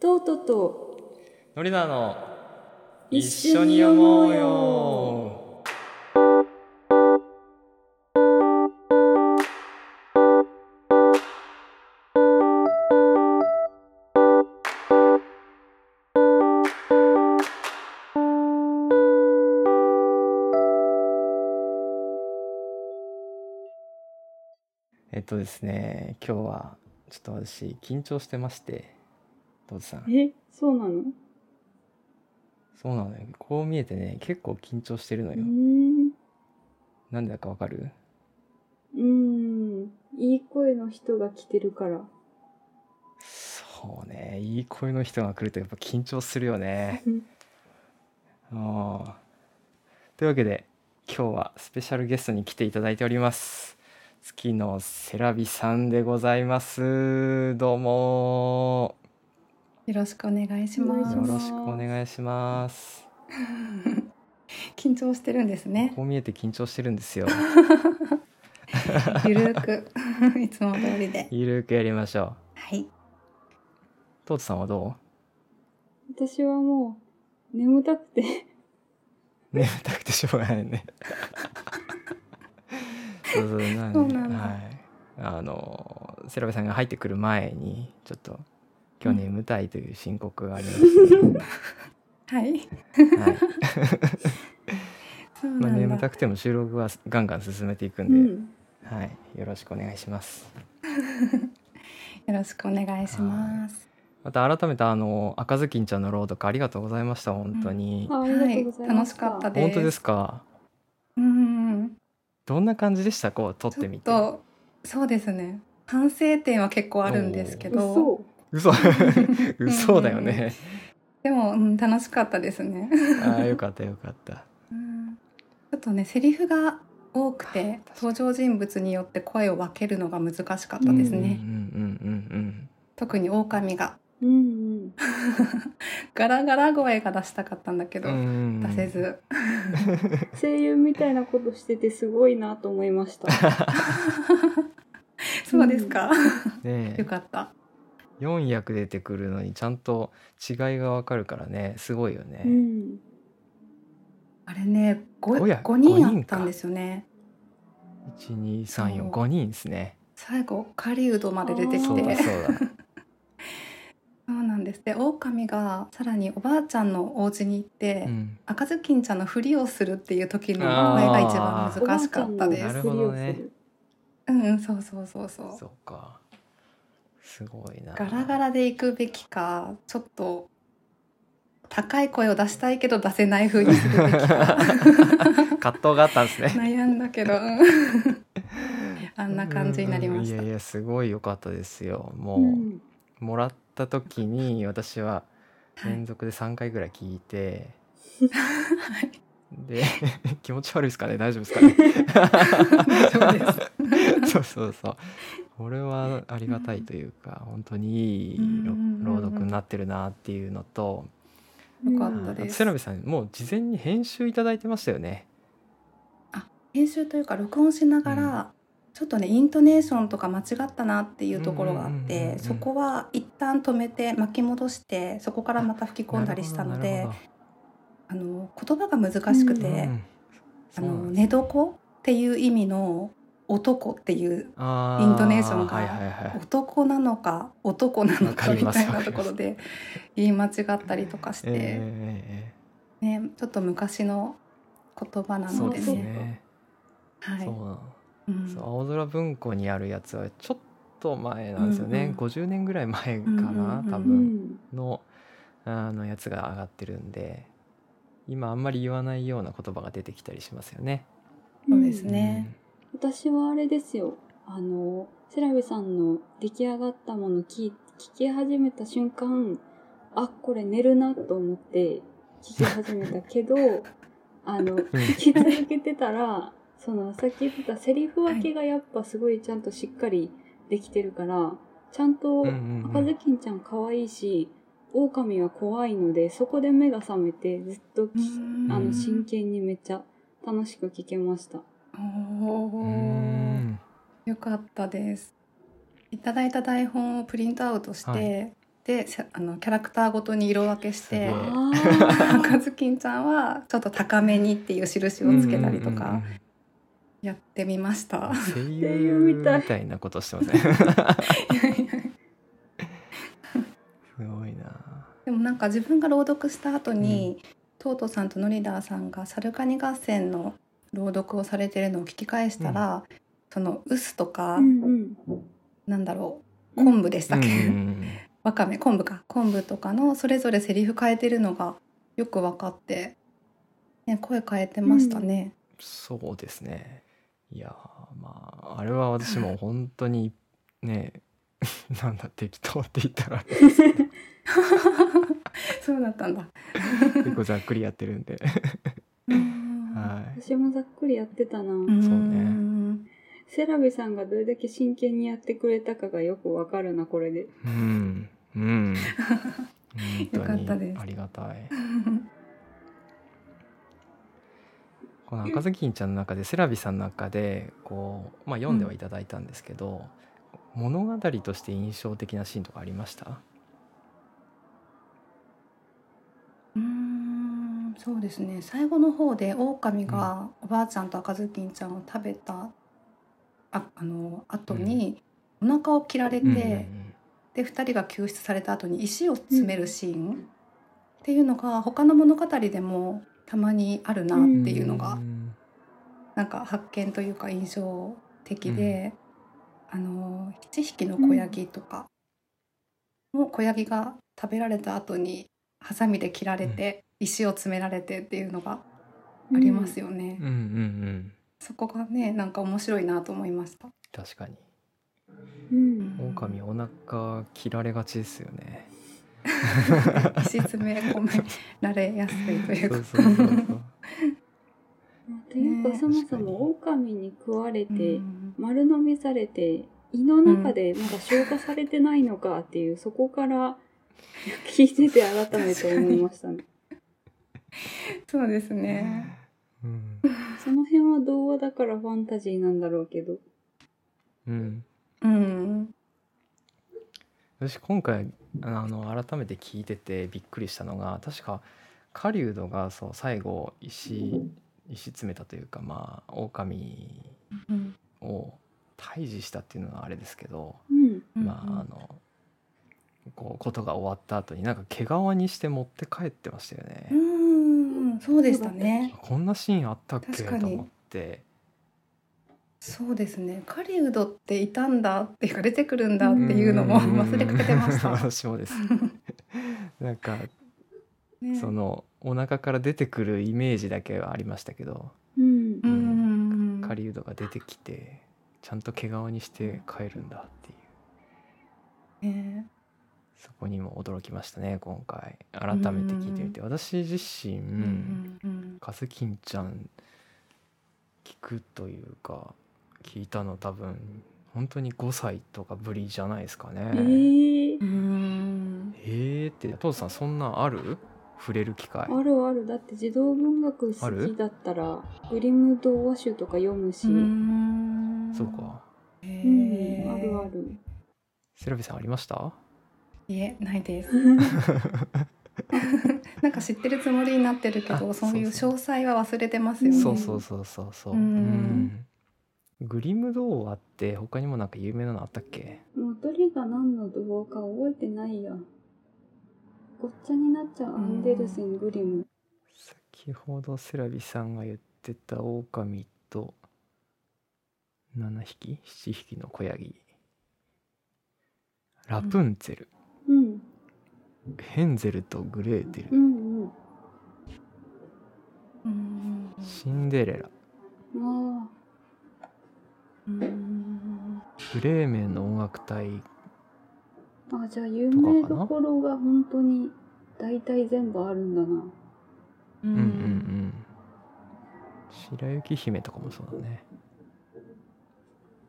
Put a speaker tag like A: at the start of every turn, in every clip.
A: とうとうと
B: のりなの
A: 一緒に読もうよ
B: えっとですね今日はちょっと私緊張してましてどうぞさん
A: えそうなの
B: そうなのよこう見えてね結構緊張してるの
A: う
B: よ
A: ーん
B: なんでだかわかる
A: うーんいい声の人が来てるから
B: そうねいい声の人が来るとやっぱ緊張するよねあーというわけで今日はスペシャルゲストに来ていただいております月のセラビさんでございますどうも
C: よろしくお願いしま
A: お
C: す。
A: 願
B: よ
A: いし
B: ろ
A: ま
B: しくお願いします
C: 緊張してるんで すね。
B: こう見えて緊張してるんですよ
C: ゆるーく いつも通りで。
B: ゆるくやりましょ
C: はい。
B: うトートさんはど
A: 私はもう眠たくて
B: う眠たくてしょうがないねそうそうなんで
C: そうなんだ
B: はい、あのセラビさんが入ってくる前にちょっと今日眠たいという申告がありまして、
C: はい。
B: はい
C: そう
B: まあ、
C: な
B: 眠
C: んだ
B: た。くても収録はガンガン進めていく
A: うん
B: で、
A: ん
B: はい、よろしくお願いします。
C: よろしくお願いします。
B: また改めてあの赤ずきんちゃんの朗読ありがとうございました本当に、
A: あありが
C: は
A: とう
C: い
A: ござい。ま
C: 楽
A: し、
C: したかったです。
B: 本当ですか
C: うん。
B: どんな感じでしたこう撮っ
C: ちょ
B: て
C: っ
B: みて
C: と。そうですね。反省点は結構あるんですけど。
A: 嘘
B: 嘘 嘘だよね
C: でも、うん、楽しかったですね。
B: ああよかったよかった
C: うんちょっとね、セリフが多くて、登場人物によって声を分けるのが難しかったです
B: うんうん
C: ね。
B: うん
C: 特に狼が。
A: うんうん
C: ガラガラ声が出したかったんだけ
B: うんう
C: ど、
B: ん
C: 出せず。
A: 声優みたいなことしててすごいなと思いました
C: そうですか。
B: ねえ
C: よかった。
B: 4役出てくるのにちゃんと違いがわかるからねすごいよね、
A: うん
C: あれね、五
B: 五や
C: 五人
B: 五
C: あ
B: 人
C: っ
B: か
C: たんですよね。
B: 12345
C: そう
B: 人ですね
C: 最後狩人まで出てきて、
B: そ
C: そう
B: だ
C: う
B: そうだ
C: なんです。で、狼がさらにおばあちゃんのお家に行って、
B: うん
C: 赤ずきんちゃんのふりをするっていう時の
B: あー
C: 名前が一番難しかったで
B: な
C: す。
B: るほどね
C: うんうん、そうそうそうそう。
B: そうかすごいな
C: ガラガラで行くべきか、ちょっと高い声を出したいけど出せない風にするべ きか
B: 葛藤があったんですね。
C: 悩んだけど、 うんあんな感じになりまし
B: うん
C: た
B: いやい。やすごい良かったですよ。も
A: う
B: う、
A: ん
B: もらった時に私は
C: はい
B: 連続で3回ぐらい聞いて、で 気持ち悪いですかね大丈夫ですかね。
C: そうです。
B: そうそうそう。これはありがたいというか本当にいいろ
C: うん
B: 朗読になってるなっていうのと、
C: よか
B: う
C: った
B: んあ
C: で
B: と
C: す
B: セラビさんもう事前に編集いただいてましたよね。
C: 編集というか録音しながら、ちょっとねイントネーションとか間違ったなっていうところがあっ
B: うんうんうんうんう
C: て
B: ん
C: そこは一旦止めて巻き戻してそこからまた吹き込んだりしたの
B: なる
C: で
B: ほ
C: あの言葉が難しくて
B: ど、なるほどうん
C: あ
B: そうなんで
C: の
B: すね
C: 寝床っていう意味の男っていう
B: あ
C: イントネーションが
B: はいはいはい
C: 男なのか男なの
B: わか
C: か
B: り
C: み
B: ます
C: たいなところで言い間違ったりとかして、
B: え
C: ね、ちょっと昔の言葉
B: え
C: な
B: そ
C: の
B: う
C: で
B: で
C: ね。
B: すね。
C: はい
B: そうなの
C: うん
B: そう青空文庫にあるやつはちょっと前なんですよね、
C: うんうん
B: 50年ぐらい前か
C: うんうん
B: な多
C: うん
A: う
B: 分
A: ん
B: のあのやつが上がってるんで今あんまり言わないような言葉が出てきたりしますよね。
C: そうですね
A: 私はあれですよあのセラビさんの出来上がったもの聞い聞き始めた瞬間あこれ寝るなと思って聞き始めたけ どあの
B: うん。うん
A: 聞き続けてたらそのさっき言ってたセリフ分けがやっぱすごいちゃんとしっかりできてるから、ちゃんと
B: うんうんう
A: 赤
B: ん
A: ずきんちゃん可愛いし狼は怖いのでそこで目が覚めてずっときあの
B: うん
A: 真剣にめっちゃ楽しく聞けました。
C: お
B: う
C: ー
B: ん
C: よかったです。いただいた台本をプリントアウトして、
B: は
C: でせあのキャラクターごとに色分けし
B: すげ
C: て
B: え
A: あ
C: 赤ずきんちゃんはちょっと高めにっていう印をつけたりとかやってみました。
B: うんうんうん うん
A: 声
B: 声
A: 優
B: 優
A: み
B: み
A: た
B: た
A: い
B: いなことしてますねすごいな
C: でもなんか自分が朗読した後に、トートさんとノリダーさんが「サルカニ合戦」の朗読をされてるのを聞き返したら、その「ウス」と か、
A: あ。うんうん。
C: なんだろう昆布でしたっけ、
B: うんうんうん
C: わかめ昆布か昆布とかのそれぞれセリフ変えてるのがよく分かって、ね、声変えてましたね。
B: そうですねいやーまああれは私も本当にねなんだ適当って言ったら
C: そうだったんだ。
B: 結構ざっくりやってる んで
C: うん
B: はい
A: 私もざっくりやってたな。
C: うん
B: そう
A: セラビさんがどれだけ真剣にやってくれたかがよくわかるな、これで。
B: うんうん
C: よか
B: 本
C: っ
B: 当
C: た
B: に
C: です
B: ありがたいこの赤ずきんちゃんの中でセラビさんの中でこう、まあ、読んではいただいたんですけど、物語として印象的なシーンとかありました
C: うーんそうですね最後の方で狼がおばあちゃんと赤ずきんちゃんを食べたああの後にお腹を切られて、
B: うんうん
C: で2人が救出された後に石を詰めるシーン、っていうのが他の物語でもたまにあるなって
A: うん
C: いうのが、
B: ん
C: なんか発見というか印象的で、あの七匹の子ヤギとかも子ヤギが食べられた後にハサミで切られて、石を詰められてっていうのがありますよね、
B: うんうんうん
C: そこがねなんか面白いなと思いま した
B: 確かに
A: うん。
B: 狼お腹切られがちですよね。
C: 石詰め込められやすいとい
B: そうう
C: か
B: そうそう そう。
A: まあというか、
C: ね
A: そもそも狼に食われて、丸飲みされて、胃の中でまだ消化されてないのかっていう、そこから 聞いてて改めて思いましたね。
C: そうですね
B: うん。
A: その辺は童話だからファンタジーなんだろうけど。
B: うん。
C: うん
B: 私今回あの改めて聞いててびっくりしたのが確か狩人がそう最後石石詰めたというかまあ狼
C: うん
B: を退治したっていうのがあれですけど、
A: うん。
B: まああのこうことが終わった後になんか毛皮にして持って帰ってましたよね。
C: うんそうでしたね
B: こんなシーンあったっけ
C: 確
B: と
C: かに
B: 思って。
C: そうですね。狩人っていたんだっていうか出てくるんだっていうのも
B: ん
C: 忘れかけてま した。
B: 私も です。なんか、
C: ね
B: そのお腹から出てくるイメージだけはありましたけど、
A: うん
C: う。ん
B: 狩人が出てきてちゃんと毛皮にして帰るんだっていう
C: ね
B: そこにも驚きましたね今回改めて聞いてみて、私自身、
C: うんうん
B: カズキンちゃん聞くというか聞いたの多分本当に5歳とかぶりじゃないですかね。
A: えー
C: う、ん
B: えーって父さんそんなんある触れる機会
A: あるあるだって児童文学好きだったらグリム童話集とか読むし、うん
C: うん
B: そうか
C: へ
A: うん
C: ー
A: あるある
B: セラビさんありました
C: いえな いですなんか知ってるつもりになってるけ
B: あ
C: どそういう
B: そうそう
C: 詳細は忘れてますよね
B: そうそうそうそうそう
C: うん
B: うんグリム童話って他にもなんか有名なのあったっけ
A: もうどれが何の童話か覚えてないやごっちゃになっちゃうアンデルセングリム
B: 先ほどセラビさんが言ってた狼と7匹7匹の子ヤギラプンツェル、
A: うん
B: ヘンゼルとグレーテル、
A: うん
C: うん
B: シンデレラ
A: うんあ
C: うん
B: ブレーメンの音楽隊
A: ーあじゃあ有名どころが本当に大体全部あるんだな
C: う
B: うんうん
C: ん
B: うん白雪姫とかもそうだね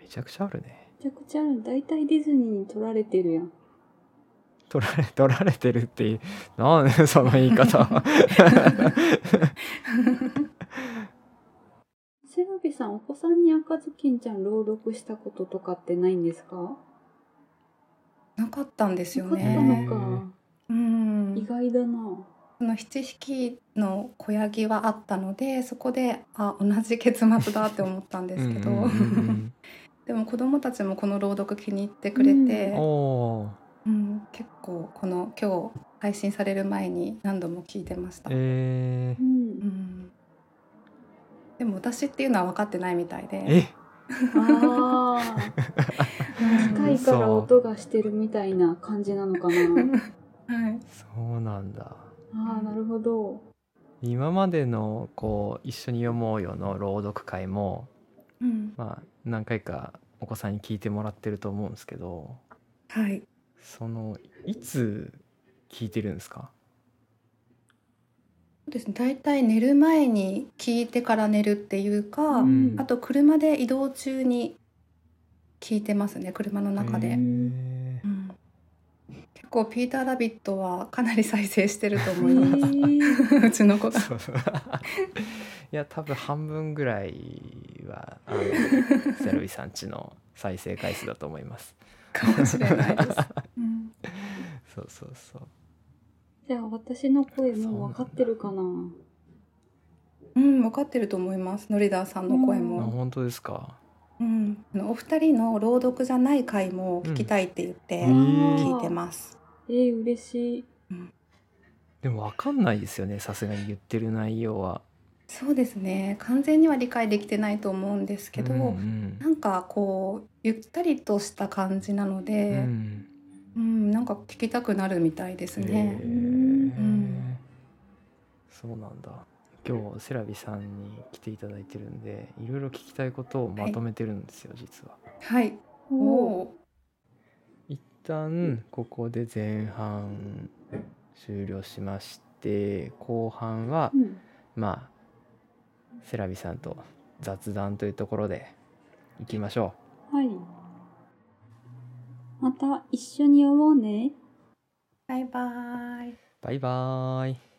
B: めちゃくちゃあるね
A: めちゃくちゃある大体ディズニーに取られてるやん
B: 取られ 取られてるっていうなんでその言い方は
A: セラビさんお子さんに赤ずきんちゃん朗読したこととかってないんですか
C: なかったんですよ
A: なかったの
C: ね。
A: か。
C: うん
A: 意外だな。
C: その七匹の子ヤギはあったのでそこであ同じ結末だって思ったん ですけど
B: うんうんうん
C: でも子どもたちもこの朗読気に入ってくれて
B: うん、おー
C: うん結構この今日配信される前に何度も聞いてました、
B: え
A: う。
B: ー、
C: うんん、でも私っていうのは分かってないみたい で
B: え
A: ああ、機械から
B: そう
A: 音がしてるみたいな感じなのかな。
C: はい、
B: そうなんだ
A: ああ、なるほど。
B: 今までのこう一緒に読もうよの朗読会も
C: うん
B: まあ何回かお子さんに聞いてもらってると思うんですけど
C: はい、
B: そのいつ聞いてるんですか
C: そうですね大体寝る前に聞いてから寝るっていうか、
B: ん
C: あと車で移動中に聞いてますね車の中で。
B: えー
C: うん結構ピーター・ラビットはかなり再生してると
A: え
C: 思い ます。
A: ー、
C: うちの子が。
B: そういや多分半分ぐらいはあのセロイさんちの再生回数だと思います
C: かもしれないです。うん
B: そうそうそう
A: じゃあ私の声もう分かってるかな。
C: うん、分かってると思います。ノリダーさんの声
B: あ
C: も。
B: 本当ですか
C: うん、あのお二人の朗読じゃない回も聞きたいって言って
B: うん
C: 聞いてます。
A: えー、嬉しい。
B: でも分かんないですよねさすがに言ってる内容は
C: そうですね。完全には理解できてないと思うんですけど、
B: うんうん
C: なんかこうゆったりとした感じなの
B: う
C: で、
B: ん
C: うん、なんか聞きたくなるみたいですね。
B: えー
C: ん
B: そうなんだ今日セラビさんに来ていただいてるんでいろいろ聞きたいことをまとめてるんですよ、実は
C: はい。お
A: おー
C: お
B: 一旦ここで前半終了しまして後半は
A: うん。
B: まあセラビさんと雑談というところでいきましょ
A: はい。また一緒に読もうね。
C: ー。バイバイ。
B: うバイバーイ